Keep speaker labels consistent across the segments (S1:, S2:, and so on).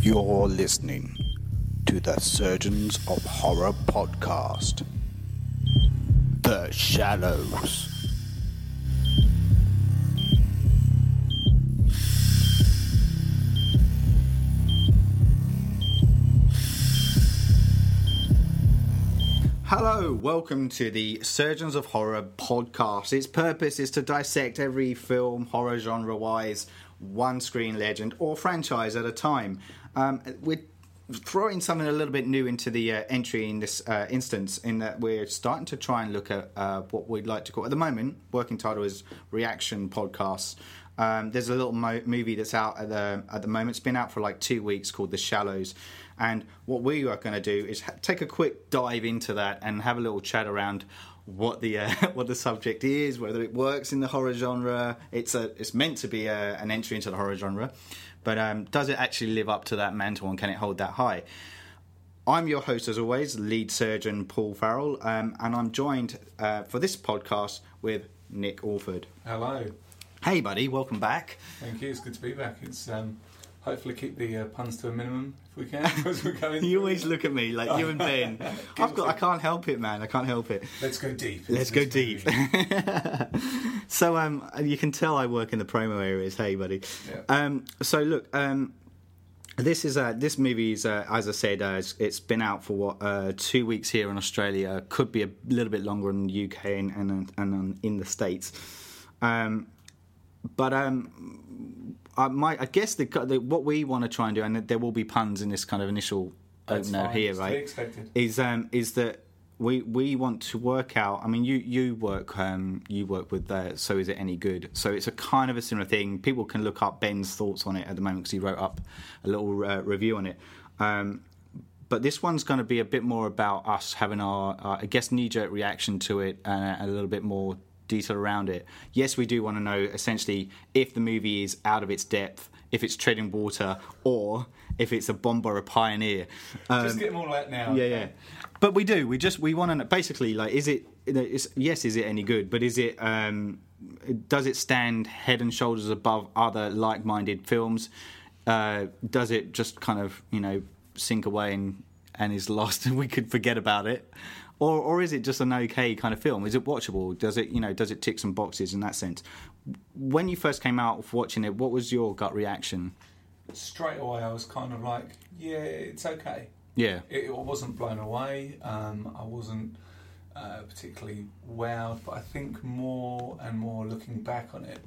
S1: You're listening to the Surgeons of Horror podcast. The Shallows. Hello, welcome to the Surgeons of Horror podcast. Its purpose is to dissect every film, horror genre wise, one screen legend or franchise at a time. Um, we're throwing something a little bit new into the uh, entry in this uh, instance, in that we're starting to try and look at uh, what we'd like to call, at the moment, working title is Reaction Podcasts. Um, there's a little mo- movie that's out at the at the moment. It's been out for like two weeks called The Shallows, and what we are going to do is ha- take a quick dive into that and have a little chat around what the uh, what the subject is, whether it works in the horror genre. It's a it's meant to be a, an entry into the horror genre, but um, does it actually live up to that mantle and can it hold that high? I'm your host, as always, lead surgeon Paul Farrell, um, and I'm joined uh, for this podcast with Nick Orford.
S2: Hello.
S1: Hey, buddy, welcome back.
S2: Thank you. It's good to be back. It's um, hopefully keep the uh, puns to a minimum if we can as we're going.
S1: You always look at me like you and Ben. I've got. I can't help it, man. I can't help it.
S2: Let's go deep.
S1: Let's go
S2: into this
S1: deep.
S2: movie.
S1: so um, you can tell I work in the promo areas. Hey, buddy.
S2: Yeah.
S1: Um, so look, um, this is uh, this movie is uh, as I said, uh, it's, it's been out for what uh, two weeks here in Australia. Could be a little bit longer in the UK and and, and on, in the states. Um, but um, I might. I guess the, the what we want to try and do, and there will be puns in this kind of initial
S2: That's
S1: opener
S2: fine.
S1: here,
S2: It's to be
S1: right?
S2: expected.
S1: Is um is that we we want to work out. I mean, you you work um you work with uh, so is it any good? So it's a kind of a similar thing. People can look up Ben's thoughts on it at the moment because he wrote up a little uh, review on it. Um, but this one's going to be a bit more about us having our, uh, I guess, knee jerk reaction to it and a little bit more detail around it. Yes, we do want to know essentially if the movie is out of its depth, if it's treading water, or if it's a bomb or a pioneer. Um,
S2: Just get them all out now.
S1: yeah, yeah. But we do. We just we want to know, basically like is it you know, it's, yes is it any good? But is it um, does it stand head and shoulders above other like-minded films? Uh, does it just kind of you know sink away and and is lost and we could forget about it? Or, or is it just an okay kind of film? Is it watchable? Does it you know does it tick some boxes in that sense? When you first came out of watching it, what was your gut reaction?
S2: Straight away, I was kind of like, yeah, it's okay.
S1: Yeah,
S2: It, I wasn't blown away. Um, I wasn't uh, particularly wowed, but I think more and more looking back on it,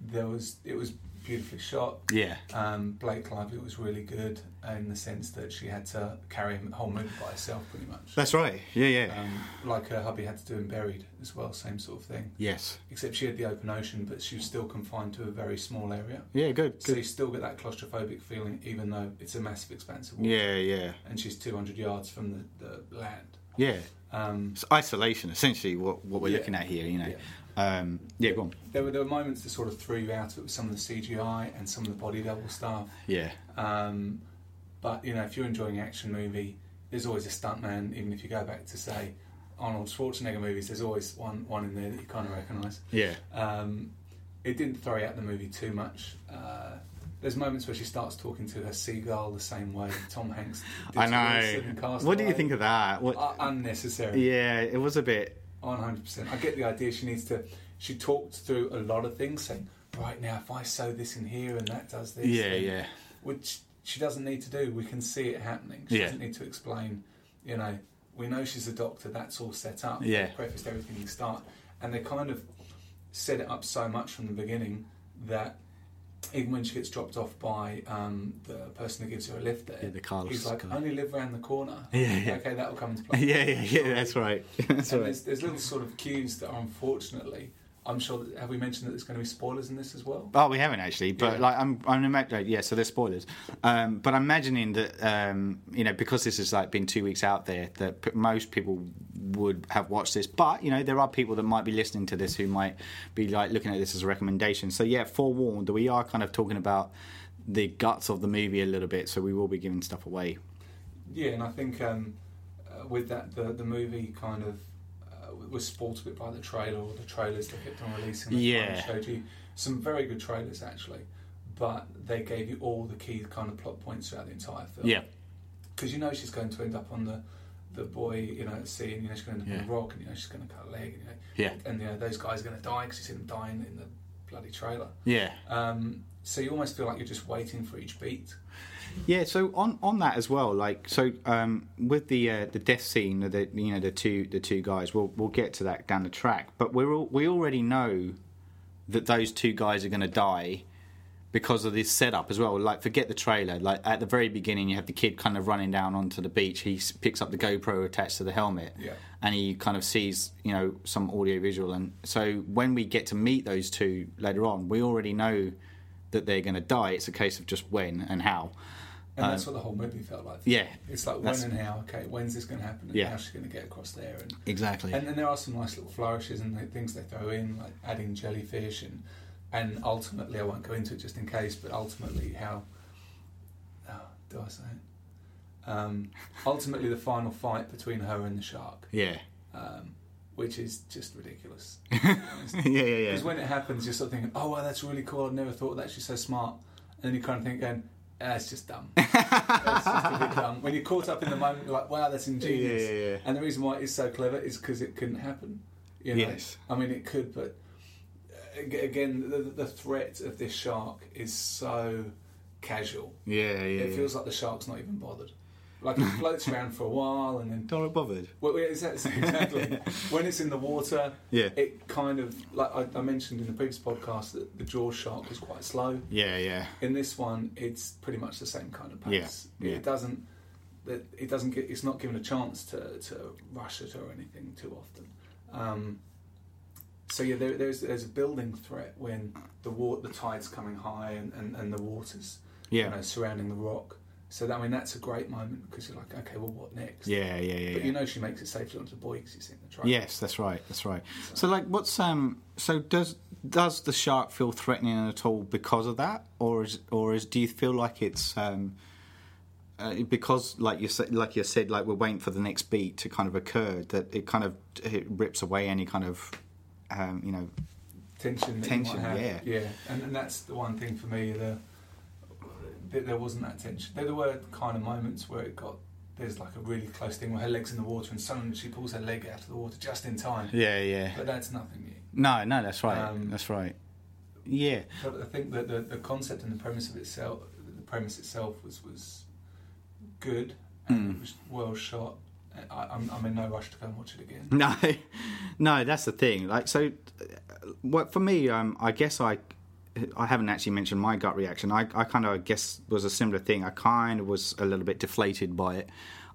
S2: there was it was beautifully shot.
S1: yeah,
S2: Um, Blake Lively was really good in the sense that she had to carry him whole movie by herself, pretty much.
S1: that's right. Yeah, yeah,
S2: Um, like her hubby had to do in Buried as well, same sort of thing.
S1: yes,
S2: Except she had the open ocean, but she was still confined to a very small area.
S1: yeah, good,
S2: So
S1: good.
S2: you still get that claustrophobic feeling, even though it's a massive expanse of water.
S1: Yeah, yeah,
S2: And she's 200 yards from the, the land.
S1: yeah.
S2: Um,
S1: It's isolation, essentially, what, what we're
S2: Yeah.
S1: looking at here, you know. Yeah, um, yeah go on.
S2: there, were, there were moments that sort of threw you out with some of the CGI and some of the body double stuff.
S1: Yeah,
S2: Um, but you know, if you're enjoying an action movie, there's always a stuntman. Even if you go back to say Arnold Schwarzenegger movies, there's always one one in there that you kind of recognise.
S1: yeah,
S2: Um, it didn't throw you out the movie too much. Uh, there's moments where she starts talking to her seagull the same way Tom Hanks. Did
S1: I
S2: to Wilson in
S1: know.
S2: Castaway.
S1: What do you think of that? What?
S2: Uh, unnecessary.
S1: yeah, it was a bit.
S2: One hundred percent. I get the idea. She needs to. She talked through a lot of things, saying, "Right now, if I sew this in here and that does this,
S1: Yeah,
S2: then
S1: yeah,
S2: which she doesn't need to do. We can see it happening. She
S1: Yeah.
S2: doesn't need to explain. You know, we know she's a doctor. That's all set up.
S1: Yeah.
S2: They prefaced everything in the start, and they kind of set it up so much from the beginning that even when she gets dropped off by um, the person who gives her a lift there,
S1: Yeah, the Carlos
S2: he's like,
S1: guy.
S2: "Only live around the corner."
S1: Yeah, yeah.
S2: Okay, that will come into play.
S1: yeah, yeah, yeah. That's right. That's
S2: and
S1: right.
S2: there's, there's little sort of cues that are unfortunately. I'm sure. That, have we mentioned that there's going to be spoilers in this as well?
S1: Oh, we haven't actually, but
S2: Yeah.
S1: like I'm, I'm imagining. Yeah, so there's spoilers, um, but I'm imagining that um, you know because this has like been two weeks out there, that p- most people would have watched this. But you know there are people that might be listening to this who might be like looking at this as a recommendation. So yeah, forewarned, we are kind of talking about the guts of the movie a little bit, so we will be giving stuff away.
S2: Yeah, and I think um, uh, with that, the the movie kind of uh, was spoilt a bit by the trailer or the trailers they kept on releasing. They kind of
S1: Yeah.
S2: showed you some very good trailers actually, but they gave you all the key kind of plot points throughout the entire film.
S1: Yeah.
S2: Because you know she's going to end up on the the boy, you know, at sea, and you know she's going to end up on
S1: Yeah.
S2: the rock, and you know she's going to cut a leg, and, you know,
S1: Yeah.
S2: and you know those guys are going to die because you see them dying in the bloody trailer.
S1: Yeah.
S2: Um, so you almost feel like you're just waiting for each beat.
S1: Yeah, so on, on that as well, like so um, with the uh, the death scene, the you know the two the two guys, we'll we'll get to that down the track. But we're all, we already know that those two guys are going to die because of this setup as well. Like forget the trailer. Like at the very beginning, you have the kid kind of running down onto the beach. He s- picks up the GoPro attached to the helmet,
S2: Yeah.
S1: and he kind of sees you know some audio visual. And so when we get to meet those two later on, we already know that they're going to die. It's a case of just when and how.
S2: And that's what the whole movie felt like.
S1: Um, Yeah,
S2: It's like when
S1: That's-
S2: and how. Okay, when's this going to happen? And
S1: Yeah.
S2: how's she going to get across there? And
S1: exactly.
S2: and then there are some nice little flourishes and the things they throw in, like adding jellyfish and and ultimately, I won't go into it just in case, but ultimately, how oh, do I say it? Um, ultimately, the final fight between her and the shark,
S1: yeah.
S2: um, which is just ridiculous.
S1: yeah, yeah, yeah.
S2: Because when it happens, you're sort of thinking, "Oh, wow, that's really cool. I've never thought of that. She's so smart." And then you kind of think, "Going, ah, it's just dumb. it's just a bit dumb." When you're caught up in the moment, you're like, "Wow, that's ingenious."
S1: Yeah, yeah, yeah.
S2: And the reason why it's so clever is because it couldn't happen. You know?
S1: Yes.
S2: I mean, it could, but uh, ag- again, the, the threat of this shark is so casual.
S1: yeah, yeah.
S2: It feels like the shark's not even bothered. Like it floats around for a while, and then
S1: Don't look bothered.
S2: well, yeah, exactly. exactly. when it's in the water,
S1: Yeah.
S2: it kind of like I, I mentioned in the previous podcast that the jaw shark was quite slow.
S1: Yeah, yeah.
S2: In this one, it's pretty much the same kind of pace.
S1: Yeah, yeah.
S2: It doesn't. It it doesn't get. It's not given a chance to, to rush it or anything too often. Um, so yeah, there, there's there's a building threat when the wa- the tide's coming high and, and, and the waters
S1: Yeah.
S2: you know, surrounding the rock. So that, I mean that's a great moment because you're like, okay, well, what next?
S1: Yeah, yeah, yeah.
S2: But
S1: yeah.
S2: you know she makes it safely onto the boy because you've seen the train.
S1: yes, that's right. That's right. So, like, what's um? So does does the shark feel threatening at all because of that, or is or is do you feel like it's um? Uh, because, like you said, like you said, like we're waiting for the next beat to kind of occur, that it kind of it rips away any kind of, um, you know,
S2: Tension. That
S1: Tension,
S2: You might
S1: yeah.
S2: have. Yeah. And, and that's the one thing for me. The, that there wasn't that tension. There, there were kind of moments where it got. There's like a really close thing where her leg's in the water and suddenly she pulls her leg out of the water just in time.
S1: yeah, yeah.
S2: But that's nothing new.
S1: No, no, that's right.
S2: Um,
S1: that's right. Yeah,
S2: But I think that the, the concept and the premise of itself, the premise itself was was good and
S1: Mm.
S2: it was well shot. I, I'm, I'm in no rush to go and watch it again.
S1: No, no, that's the thing. Like, so, uh, what for me? Um, I guess I, I haven't actually mentioned my gut reaction. I, I kind of I guess was a similar thing. I kind of was a little bit deflated by it.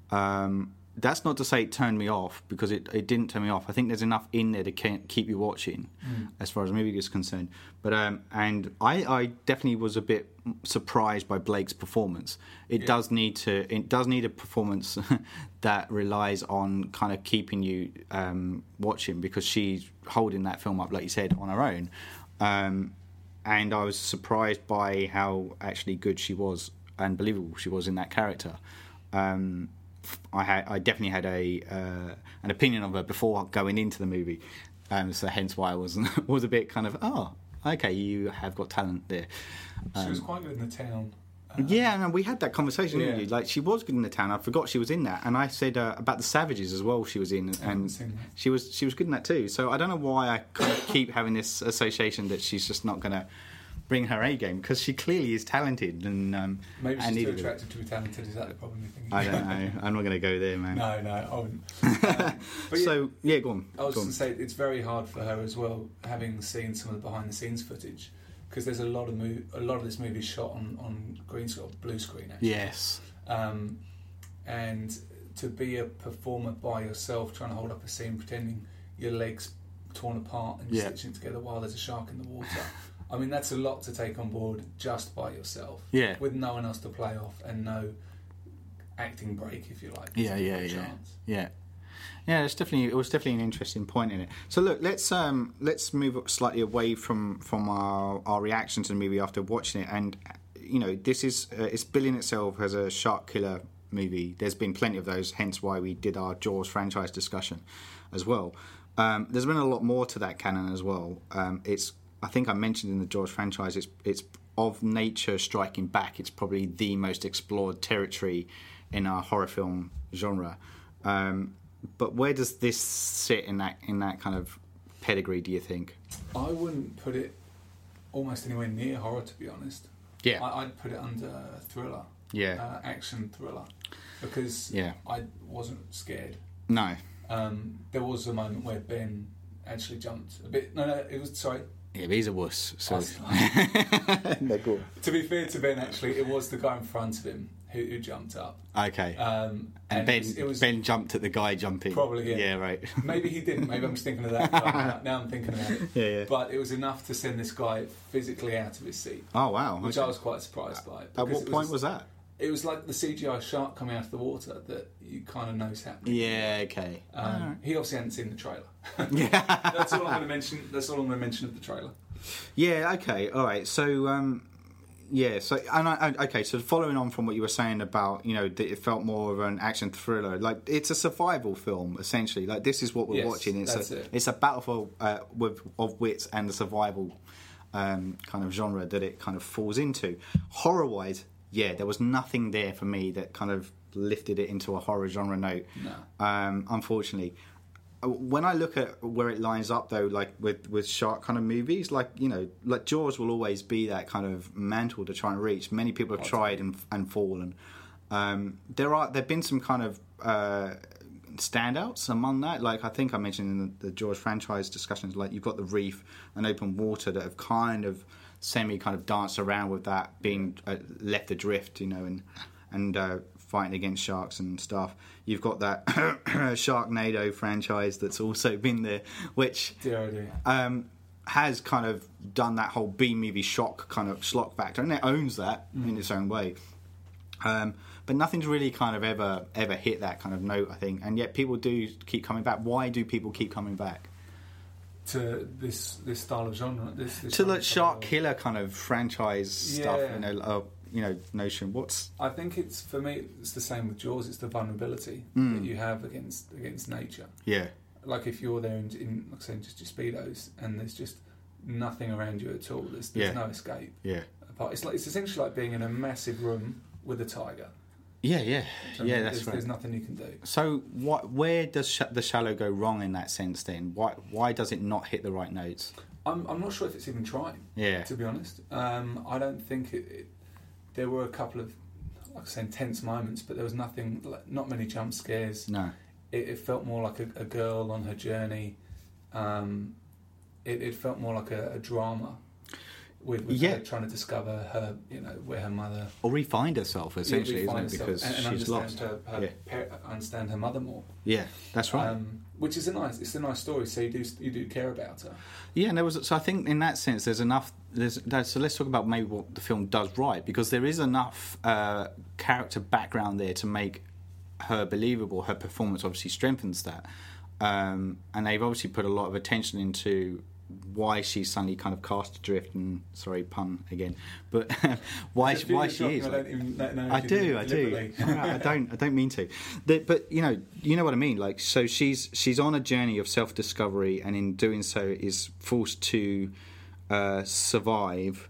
S1: Um, that's not to say it turned me off because it, it didn't turn me off. I think there's enough in there to ke- keep you watching, as far as the movie is concerned. But um, and I, I definitely was a bit surprised by Blake's performance. It does need to it does need a performance that relies on kind of keeping you um, watching because she's holding that film up, like you said, on her own. Um, and I was surprised by how actually good she was and believable she was in that character. Um, I had I definitely had a uh, an opinion of her before going into the movie, um, so hence why I was was a bit kind of oh okay you have got talent there.
S2: she was quite good in the town. Uh,
S1: Yeah, and we had that conversation, didn't
S2: Yeah.
S1: you? Like she was good in the town. I forgot she was in that, and I said uh, about the savages as well. She was in,
S2: haven't
S1: and
S2: seen that.
S1: she was she was good in that too. So I don't know why I kind of keep having this association that she's just not going to bring her A game because she clearly is talented and um, and
S2: Maybe she's too
S1: needed it.
S2: attractive to be talented. Is that the problem you're thinking?
S1: I don't know. I'm not going to go there, man.
S2: No, no, I wouldn't. Um, but yeah,
S1: So yeah, go on.
S2: I was
S1: go
S2: going
S1: on.
S2: to say it's very hard for her as well, having seen some of the behind-the-scenes footage, because there's a lot of mo- a lot of this movie is shot on on green screen, or blue screen actually.
S1: Yes.
S2: Um, and to be a performer by yourself, trying to hold up a scene, pretending your legs torn apart and
S1: Yeah.
S2: stitching together while there's a shark in the water. I mean, that's a lot to take on board just by yourself.
S1: Yeah.
S2: with no one else to play off and no acting break, if you like.
S1: Yeah,
S2: No
S1: yeah, yeah.
S2: chance.
S1: Yeah. Yeah, it's definitely it was definitely an interesting point in it. So look, let's um let's move up slightly away from from our our reaction to the movie after watching it, and you know this is uh, it's billing itself as a shark killer movie. There's been plenty of those, hence why we did our Jaws franchise discussion as well. Um, there's been a lot more to that canon as well. Um, it's I think I mentioned in the Jaws franchise, it's it's of nature striking back. It's probably the most explored territory in our horror film genre. Um, but where does this sit in that in that kind of pedigree? Do you think?
S2: I wouldn't put it almost anywhere near horror, to be honest.
S1: Yeah.
S2: I, I'd put it under thriller,
S1: Yeah.
S2: uh, action thriller, because
S1: Yeah.
S2: I wasn't scared.
S1: No.
S2: Um, there was a moment where Ben actually jumped a bit. No, no, it was sorry.
S1: Yeah, but he's a wuss. So.
S2: To be fair to Ben, actually, it was the guy in front of him who, who jumped up.
S1: Okay.
S2: Um,
S1: and
S2: it
S1: Ben
S2: was- it was,
S1: Ben jumped at the guy jumping.
S2: Probably, yeah.
S1: right.
S2: Maybe he didn't. Maybe I'm just thinking of that. but now- now I'm thinking about it.
S1: Yeah, yeah.
S2: But it was enough to send this guy physically out of his seat,
S1: oh wow.
S2: which
S1: okay.
S2: I was quite surprised by.
S1: At
S2: because
S1: what
S2: it
S1: point was that?
S2: it was like the CGI shark coming out of the water that you kind of know's happening.
S1: Yeah. Okay.
S2: Um, He obviously hadn't seen the trailer.
S1: yeah.
S2: that's all I'm going to mention. That's all I'm going to mention of the trailer.
S1: Yeah. Okay. All right. So, um, yeah. So, and I, and- okay. So, following on from what you were saying about, you know, that it felt more of an action thriller. Like it's a survival film essentially. Like this is what we're
S2: Yes,
S1: watching. It's
S2: that's
S1: a
S2: it.
S1: it's a battle for uh, with of wits and the survival um, kind of genre that it kind of falls into. Horror wise, yeah, there was nothing there for me that kind of lifted it into a horror genre note
S2: No.
S1: um, unfortunately. Uh, When I look at where it lines up, though, like with with shark kind of movies, like you know, like Jaws will always be that kind of mantle to try and reach. Many people have tried and and fallen. Um, there are there've been some kind of uh, standouts among that. Like I think I mentioned in the, the Jaws franchise discussions, like you've got the reef and open water that have kind of semi kind of danced around with that being uh, left adrift, you know, and and uh, fighting against sharks and stuff. You've got that Sharknado franchise that's also been there, which
S2: Dear oh dear.
S1: um, has kind of done that whole B movie shock kind of schlock factor, and it owns that in its own way. Um, but nothing's really kind of ever ever hit that kind of note, I think. And yet people do keep coming back. Why do people keep coming back
S2: To this this style of genre. This, this
S1: to
S2: genre
S1: the shark
S2: of-
S1: killer kind of franchise stuff?
S2: Yeah.
S1: You know, uh, you know, notion. What's
S2: I think it's for me. It's the same with Jaws. It's the vulnerability
S1: Hmm.
S2: that you have against against nature.
S1: yeah,
S2: Like if you're there in, in like I say, just your speedos, and there's just nothing around you at all. There's, there's
S1: Yeah.
S2: no escape.
S1: yeah,
S2: Apart, it's like it's essentially like being in a massive room with a tiger.
S1: yeah, yeah,
S2: So
S1: yeah.
S2: there's,
S1: That's right.
S2: There's nothing you can do.
S1: So, what, where does sh- the shallow go wrong in that sense? Then, why why does it not hit the right notes?
S2: I'm, I'm not sure if it's even trying.
S1: Yeah,
S2: To be honest, um, I don't think it, it. There were a couple of, like I say, intense moments, but there was nothing, like, not many jump scares.
S1: no,
S2: It, it felt more like a, a girl on her journey. Um, it, it felt more like a, a drama, with, with
S1: Yeah.
S2: her trying to discover her, you know, where her mother
S1: or refined herself essentially,
S2: find
S1: isn't it?
S2: herself
S1: Because
S2: and, and
S1: she's
S2: understand
S1: lost.
S2: Her, her
S1: Yeah.
S2: par- understand her mother more,
S1: Yeah, that's right.
S2: um, which is a nice. It's a nice story. So you do you do care about her.
S1: yeah, and there was. So I think in that sense, there's enough. There's, there's so let's talk about maybe what the film does right because there is enough uh, character background there to make her believable. Her performance obviously strengthens that, um, and they've obviously put a lot of attention into why she's suddenly kind of cast adrift and sorry pun again, but why
S2: It's a
S1: why
S2: few
S1: she
S2: shocking,
S1: is.
S2: I don't even know- know if
S1: I
S2: you did
S1: do,
S2: it
S1: I do.
S2: deliberately.
S1: I don't, I don't mean to. The- but you know, you know what I mean. Like, so she's she's on a journey of self discovery, and in doing so, is forced to uh, survive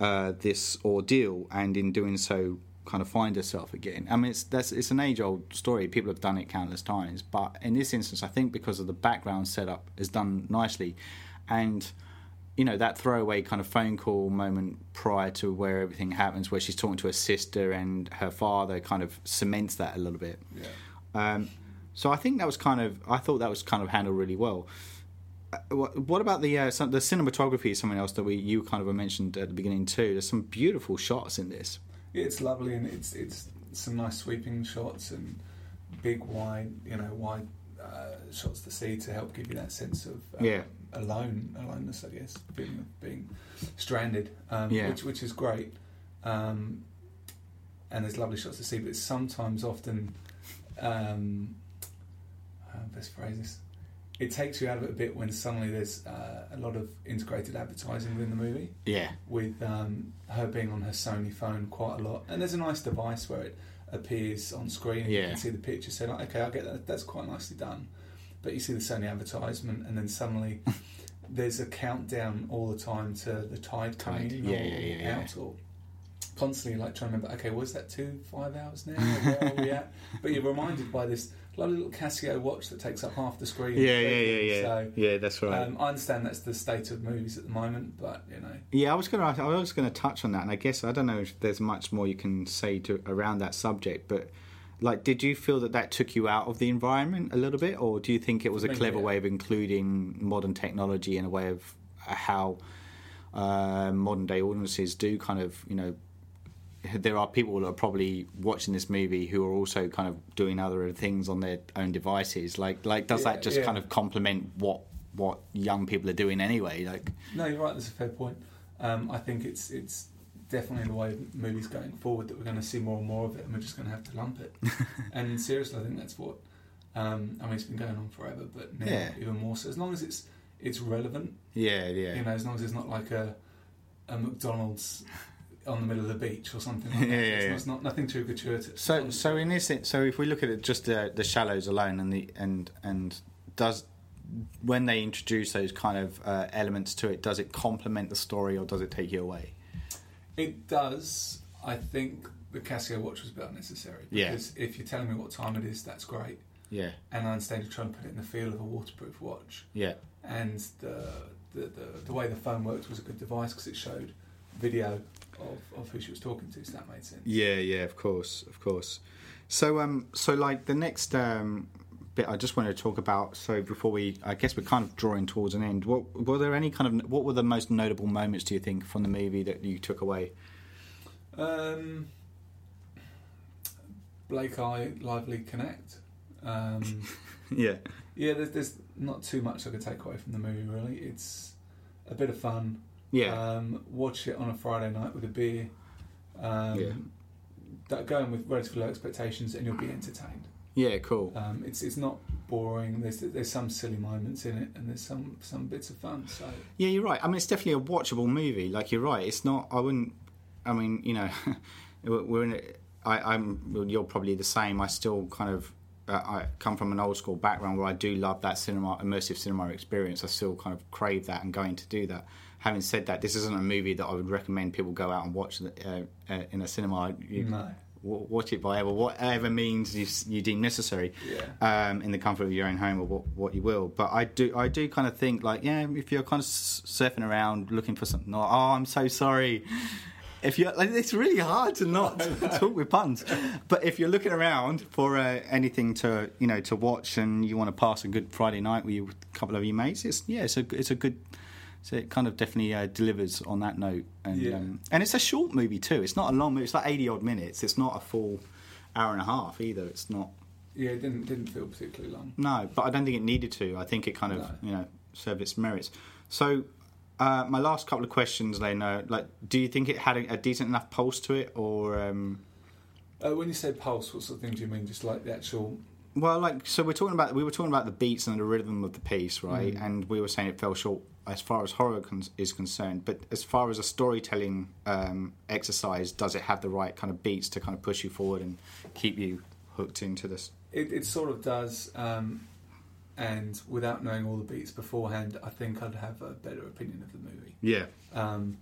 S1: uh, this ordeal, and in doing so, kind of find herself again. I mean, it's that's it's an age old story. People have done it countless times, but in this instance, I think because of the background setup is done nicely, and you know that throwaway kind of phone call moment prior to where everything happens where she's talking to her sister and her father kind of cements that a little bit
S2: Yeah.
S1: um, so i think that was kind of i thought that was kind of handled really well Uh, what what about the uh, some, the cinematography is something else that we you kind of mentioned at the beginning too there's some beautiful shots in this
S2: It's lovely and it's it's some nice sweeping shots and big wide you know wide uh, shots to see to help give you that sense of um,
S1: Yeah.
S2: alone aloneness I guess being being stranded um,
S1: Yeah.
S2: which which is great um, and there's lovely shots to see but sometimes often um, how best phrase this it takes you out of it a bit when suddenly there's uh, a lot of integrated advertising within the movie
S1: yeah
S2: with um, her being on her Sony phone quite a lot. And there's a nice device where it appears on screen and you
S1: Yeah.
S2: can see the picture. So, like, okay, I get that. That's quite nicely done. But you see the Sony advertisement, and then suddenly there's a countdown all the time to the tide coming
S1: Tide,
S2: in
S1: yeah,
S2: or
S1: yeah, yeah, yeah.
S2: out or constantly like trying to remember okay was that two five hours now Like, where are we at but you're reminded by this lovely little Casio watch that takes up half the screen
S1: Yeah, yeah, yeah, yeah.
S2: so
S1: yeah, that's right.
S2: um, I understand that's the state of movies at the moment but you know
S1: yeah, I was going to I was going to touch on that, and I guess I don't know if there's much more you can say to around that subject, but like, did you feel that that took you out of the environment a little bit, or do you think it was a
S2: Maybe,
S1: clever
S2: yeah.
S1: way of including modern technology in a way of how uh, modern day audiences do kind of you know there are people that are probably watching this movie who are also kind of doing other things on their own devices. Like, like does
S2: Yeah,
S1: that just
S2: yeah.
S1: kind of complement what what young people are doing anyway? Like,
S2: No, you're right. That's a fair point. Um, I think it's it's definitely the way movies going forward that we're going to see more and more of it, and we're just going to have to lump it. and seriously, I think that's what. Um, I mean, it's been going on forever, but now
S1: Yeah.
S2: even more so. As long as it's it's relevant,
S1: yeah, yeah,
S2: you know, as long as it's not like a a McDonald's on the middle of the beach or something.
S1: Yeah,
S2: Like that.
S1: yeah,
S2: it's,
S1: yeah.
S2: Not, it's not nothing too gratuitous.
S1: So, so in this, so if we look at it, just the, the shallows alone, and the and and does when they introduce those kind of uh, elements to it, does it complement the story or does it take you away?
S2: It does. I think the Casio watch was a bit unnecessary.
S1: Yeah.
S2: Because if you're telling me what time it is, that's great.
S1: Yeah,
S2: and I instead of trying to put it in the feel of a waterproof watch.
S1: yeah,
S2: And the the, the, the way the phone worked was a good device because it showed video of, of who she was talking to, so that made sense.
S1: yeah, yeah. Of course, of course. So, um, so like the next um bit, I just want to talk about. So before we, I guess we're kind of drawing towards an end. What were there any kind of what were the most notable moments? Do you think from the movie that you took away?
S2: Um, Blake Eye Lively Connect. Um,
S1: Yeah,
S2: yeah, there's, there's not too much I could take away from the movie, really. It's a bit of fun.
S1: yeah,
S2: Um, watch it on a Friday night with a beer. Um,
S1: Yeah.
S2: That going with relatively low expectations, and you'll be entertained.
S1: yeah. Cool.
S2: Um, it's it's not boring. There's there's some silly moments in it, and there's some some bits of fun. So
S1: Yeah, you're right. I mean, it's definitely a watchable movie. Like you're right. It's not. I wouldn't. I mean, you know, we're we're in. A, I, I'm. well, You're probably the same. I still kind of. Uh, I come from an old school background where I do love that cinema immersive cinema experience. I still kind of crave that and going to do that. Having said that, this isn't a movie that I would recommend people go out and watch uh, uh, in a cinema. You
S2: no,
S1: w- watch it by ever whatever means you, s- you deem necessary
S2: yeah,
S1: um, in the comfort of your own home or what, what you will. But I do I do kind of think like yeah, if you're kind of s- surfing around looking for something, like, oh I'm so sorry. If you're like, it's really hard to not talk with puns, but if you're looking around for uh, anything to you know to watch and you want to pass a good Friday night with, you, with a couple of your mates, it's yeah, it's a it's a good. So it kind of definitely uh, delivers on that note, and
S2: Yeah.
S1: um, and it's a short movie too. It's not a long movie. It's like eighty odd minutes. It's not a full hour and a half either. It's not
S2: yeah. It didn't didn't feel particularly long.
S1: no, but I don't think it needed to. I think it kind of
S2: No.
S1: you know served its merits. So uh, my last couple of questions, they know, like, do you think it had a, a decent enough pulse to it, or um,
S2: Uh, when you say pulse, what sort of thing do you mean? Just like the actual
S1: well, like, so we're talking about we were talking about the beats and the rhythm of the piece, right? And we were saying it fell short as far as horror con- is concerned, but as far as a storytelling um, exercise, does it have the right kind of beats to kind of push you forward and keep you hooked into this?
S2: It, it sort of does, um, and without knowing all the beats beforehand, I think I'd have a better opinion of the movie.
S1: Yeah,
S2: Um,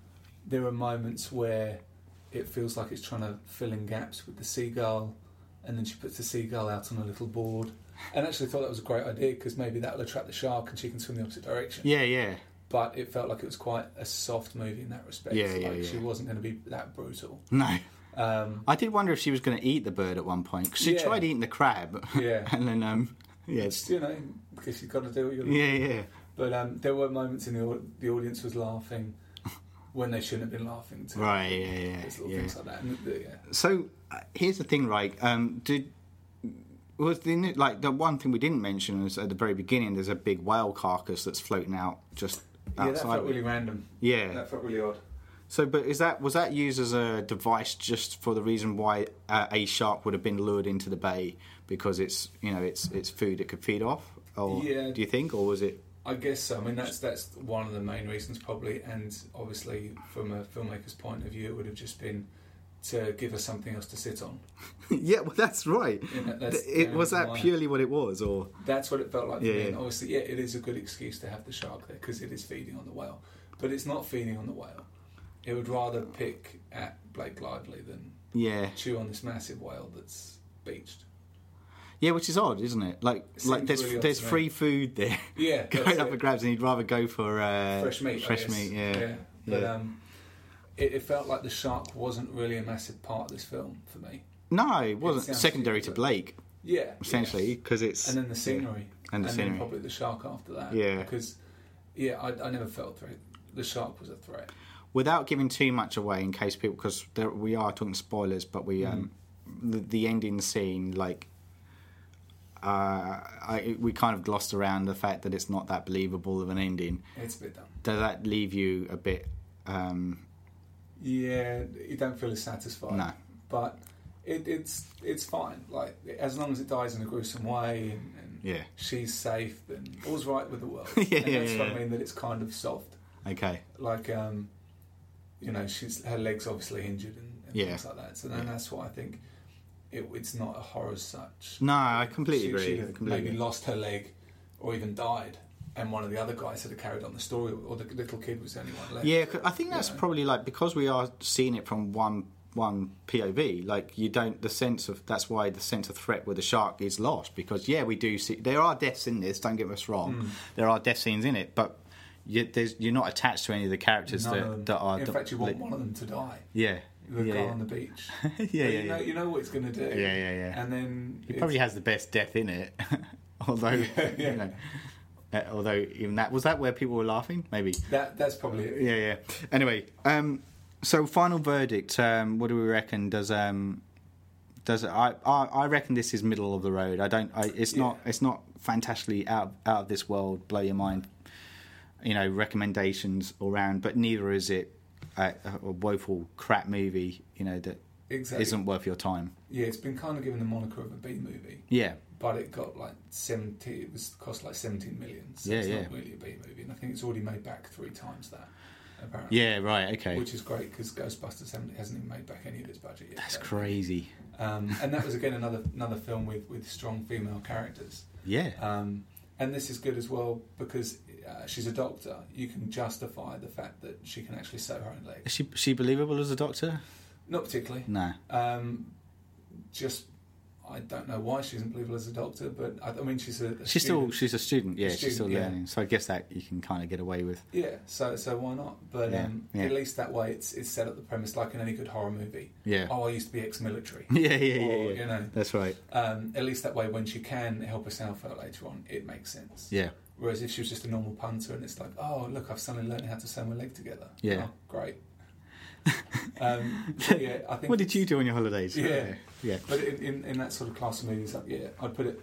S2: there are moments where it feels like it's trying to fill in gaps with the seagull, and then she puts the seagull out on a little board. And actually, thought that was a great idea because maybe that'll attract the shark and she can swim the opposite direction.
S1: yeah, yeah,
S2: But it felt like it was quite a soft movie in that respect.
S1: Yeah, yeah,
S2: like she
S1: yeah.
S2: wasn't going to be that brutal.
S1: no.
S2: Um,
S1: I did wonder if she was going to eat the bird at one point 'cause she
S2: Yeah.
S1: tried eating the crab,
S2: yeah,
S1: and then um, yes,
S2: you know, because you've got to do what you're.
S1: yeah, yeah,
S2: But um, there were moments in the au- the audience was laughing when they shouldn't have been laughing. Too.
S1: right, yeah,
S2: There's
S1: yeah.
S2: little
S1: yeah.
S2: things like that. And, the- yeah.
S1: So uh, here's the thing, right? Um, did was the ni- like the one thing we didn't mention is at the very beginning. There's a big whale carcass that's floating out just
S2: yeah, that
S1: outside.
S2: felt really random.
S1: yeah.
S2: That felt really odd.
S1: So, but is that was that used as a device just for the reason why uh, a shark would have been lured into the bay because it's you know it's it's food it could feed off, or
S2: Yeah.
S1: do you think, or was it?
S2: I guess so. I mean, that's that's one of the main reasons probably, and obviously from a filmmaker's point of view, it would have just been to give us something else to sit on.
S1: yeah, well, that's right.
S2: You know, that's the
S1: it
S2: only
S1: was that
S2: reason why.
S1: purely what it was, or
S2: That's what it felt like. to
S1: Yeah,
S2: me.
S1: yeah.
S2: And obviously, yeah, it is a good excuse to have the shark there because it is feeding on the whale, but it's not feeding on the whale. It would rather pick at Blake Lively than
S1: yeah,
S2: chew on this massive whale that's beached.
S1: yeah, which is odd, isn't it? Like,
S2: It
S1: like
S2: seems
S1: there's
S2: really odd
S1: there's
S2: to me.
S1: free food there
S2: Yeah,
S1: going
S2: that's
S1: up
S2: it.
S1: for grabs, and he'd rather go for uh,
S2: fresh meat. I
S1: fresh
S2: guess.
S1: meat, yeah, yeah.
S2: But um, it, it felt like the shark wasn't really a massive part of this film for me.
S1: no, it wasn't
S2: sounds
S1: secondary to
S2: stupid.
S1: Blake
S2: Yeah,
S1: essentially because it's
S2: And then the scenery,
S1: And the scenery.
S2: then probably the shark after that.
S1: Yeah.
S2: because yeah, I, I never felt threat. The shark was a threat.
S1: without giving too much away in case people because we are talking spoilers but we um
S2: Mm-hmm.
S1: the, the ending scene like uh I, we kind of glossed around the fact that it's not that believable of an ending
S2: It's a bit dumb.
S1: does that leave you a bit um
S2: Yeah, you don't feel as satisfied.
S1: No.
S2: but it, it's it's fine. Like as long as it dies in a gruesome way and, and
S1: yeah
S2: she's safe, then all's right with the world.
S1: Yeah,
S2: and
S1: yeah,
S2: that's what
S1: yeah.
S2: I mean. That it's kind of soft.
S1: okay
S2: like um you know she's her legs obviously injured and, and
S1: Yeah.
S2: things like that so then
S1: Yeah.
S2: that's what i think it, it's not a horror as such
S1: no i completely
S2: she,
S1: agree
S2: she'd
S1: I
S2: have
S1: completely
S2: maybe
S1: agree.
S2: lost her leg or even died and one of the other guys had carried on the story or the little kid was the only one left
S1: Yeah, 'cause I think that's
S2: Yeah.
S1: probably like because we are seeing it from one one POV. Like you don't the sense of that's why the sense of threat with the shark is lost because yeah, we do see there are deaths in this. Don't get us wrong,
S2: Hmm.
S1: there are death scenes in it, but you, there's, you're not attached to any of the characters
S2: None of them.
S1: that, that are.
S2: in
S1: that-
S2: fact you want
S1: that-
S2: one of them to die
S1: Yeah,
S2: the
S1: yeah,
S2: guy
S1: yeah.
S2: on the beach
S1: yeah,
S2: But
S1: yeah,
S2: you, know,
S1: yeah.
S2: you know what it's going to do
S1: Yeah, yeah, yeah.
S2: and then
S1: He
S2: it's-
S1: probably has the best death in it, although
S2: yeah.
S1: you know. Uh, although even that was that where people were laughing, maybe.
S2: that that's probably it.
S1: yeah, yeah. Anyway, um, so final verdict. Um, what do we reckon? Does um, does it, I, I I reckon this is middle of the road. I don't. I, it's not. It's not fantastically out out of this world. Blow your mind. You know, recommendations all round, but neither is it a, a woeful crap movie. You know that
S2: exactly
S1: not worth your time.
S2: yeah it's been kind of given the moniker of a b movie
S1: Yeah,
S2: but it got like 70 it was cost like 17 million so
S1: Yeah,
S2: it's
S1: yeah.
S2: not really a b movie and i think it's already made back three times that apparently
S1: yeah. Right. Okay.
S2: which is great because ghostbusters haven't, hasn't even made back any of its budget yet
S1: That's
S2: so.
S1: crazy.
S2: um, and that was again another another film with with strong female characters
S1: Yeah.
S2: um, and this is good as well because uh, she's a doctor you can justify the fact that she can actually sew her own leg
S1: Is she she believable as a doctor?
S2: not particularly
S1: No.
S2: um, just I don't know why she isn't believable as a doctor, but I, I mean, she's a, a
S1: She's still
S2: student.
S1: she's a student. Yeah,
S2: A
S1: she's still
S2: student, yeah.
S1: learning. So I guess that you can kind of get away with.
S2: Yeah, so so why not? But
S1: Yeah,
S2: um,
S1: yeah.
S2: at least that way, it's it's set up the premise like in any good horror movie.
S1: Yeah.
S2: Oh, I used to be ex-military.
S1: Yeah, yeah, yeah,
S2: Or,
S1: yeah.
S2: you know.
S1: That's right.
S2: Um, at least that way, when she can help herself out later on, it makes sense.
S1: Yeah,
S2: Whereas if she was just a normal punter and it's like, oh look, I've suddenly learned how to sew my leg together.
S1: Yeah.
S2: Oh, great. um, so yeah, I think.
S1: What did you do on your holidays?
S2: Yeah.
S1: yeah,
S2: But in, in, in that sort of class of movies, like, yeah, I'd put it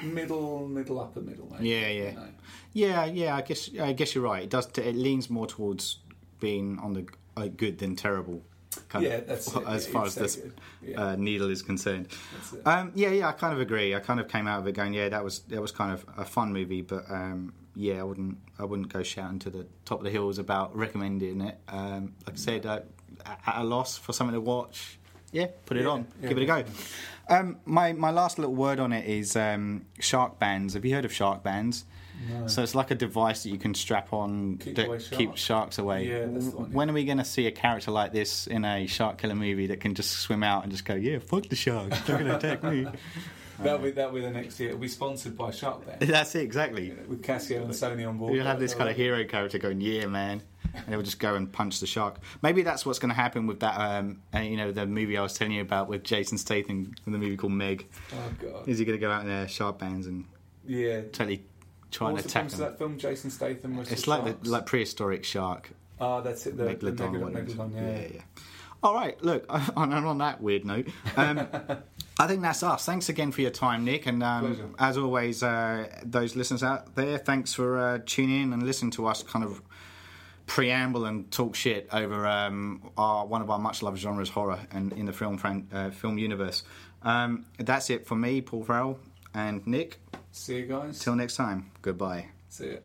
S2: middle, middle, upper middle. Maybe,
S1: Yeah, yeah.
S2: you know.
S1: yeah, yeah. I guess I guess you're right. It does. It leans more towards being on the uh, good than terrible. Kind
S2: Yeah,
S1: of,
S2: that's it.
S1: as
S2: Yeah,
S1: far as
S2: it's
S1: this
S2: so good. Yeah,
S1: uh, needle is concerned.
S2: that's it.
S1: Um, yeah, yeah. I kind of agree. I kind of came out of it going, yeah, that was that was kind of a fun movie, but um, yeah, I wouldn't I wouldn't go shouting to the top of the hills about recommending it. Um, like I said, uh, at a loss for something to watch. Yeah, put it
S2: Yeah,
S1: on,
S2: yeah,
S1: give it a go. Um, my my last little word on it is um, shark bands. Have you heard of shark bands?
S2: No.
S1: So it's like a device that you can strap on
S2: Keep
S1: that
S2: away
S1: keeps
S2: sharks.
S1: sharks away.
S2: Yeah, that's the one, yeah.
S1: When are we going to see a character like this in a shark killer movie that can just swim out and just go, yeah, fuck the sharks, they're going to attack me.
S2: That'll be that'll be the next year. It'll be sponsored by Shark Bay
S1: That's it, exactly.
S2: with Casio and Sony on board.
S1: You'll have this kind of hero character going, yeah, man. And it will just go and punch the shark. Maybe that's what's going to happen with that, um, uh, you know, the movie I was telling you about with Jason Statham in the movie called Meg.
S2: Oh god.
S1: Is he going to go out in their shark bands and
S2: Yeah.
S1: totally try
S2: What
S1: and
S2: was the
S1: attack
S2: premise of
S1: them?
S2: that film? Jason Statham. was
S1: It's like
S2: sharks?
S1: the like prehistoric shark.
S2: Oh, that's it. The the
S1: Megalodon,
S2: Megalodon.
S1: or whatever.
S2: Megalodon,
S1: yeah,
S2: yeah.
S1: yeah. All right, look, on, on that weird note, um, I think that's us. Thanks again for your time, Nick. And
S2: Pleasure.
S1: um, as always, uh, those listeners out there, thanks for uh, tuning in and listening to us kind of preamble and talk shit over um, our, one of our much loved genres, horror, and in the film fran- uh, film universe. Um, that's it for me, Paul Farrell, and Nick.
S2: See you guys.
S1: Till next time, goodbye.
S2: See you.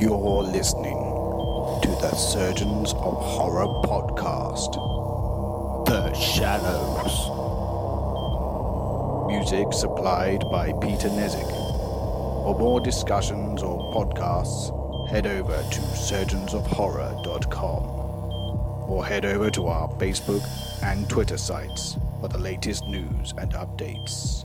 S3: You're listening to the Surgeons of Horror podcast. The Shallows. Music supplied by Peter Nezik. For more discussions or podcasts, head over to surgeonsofhorror.com or head over to our Facebook and Twitter sites for the latest news and updates.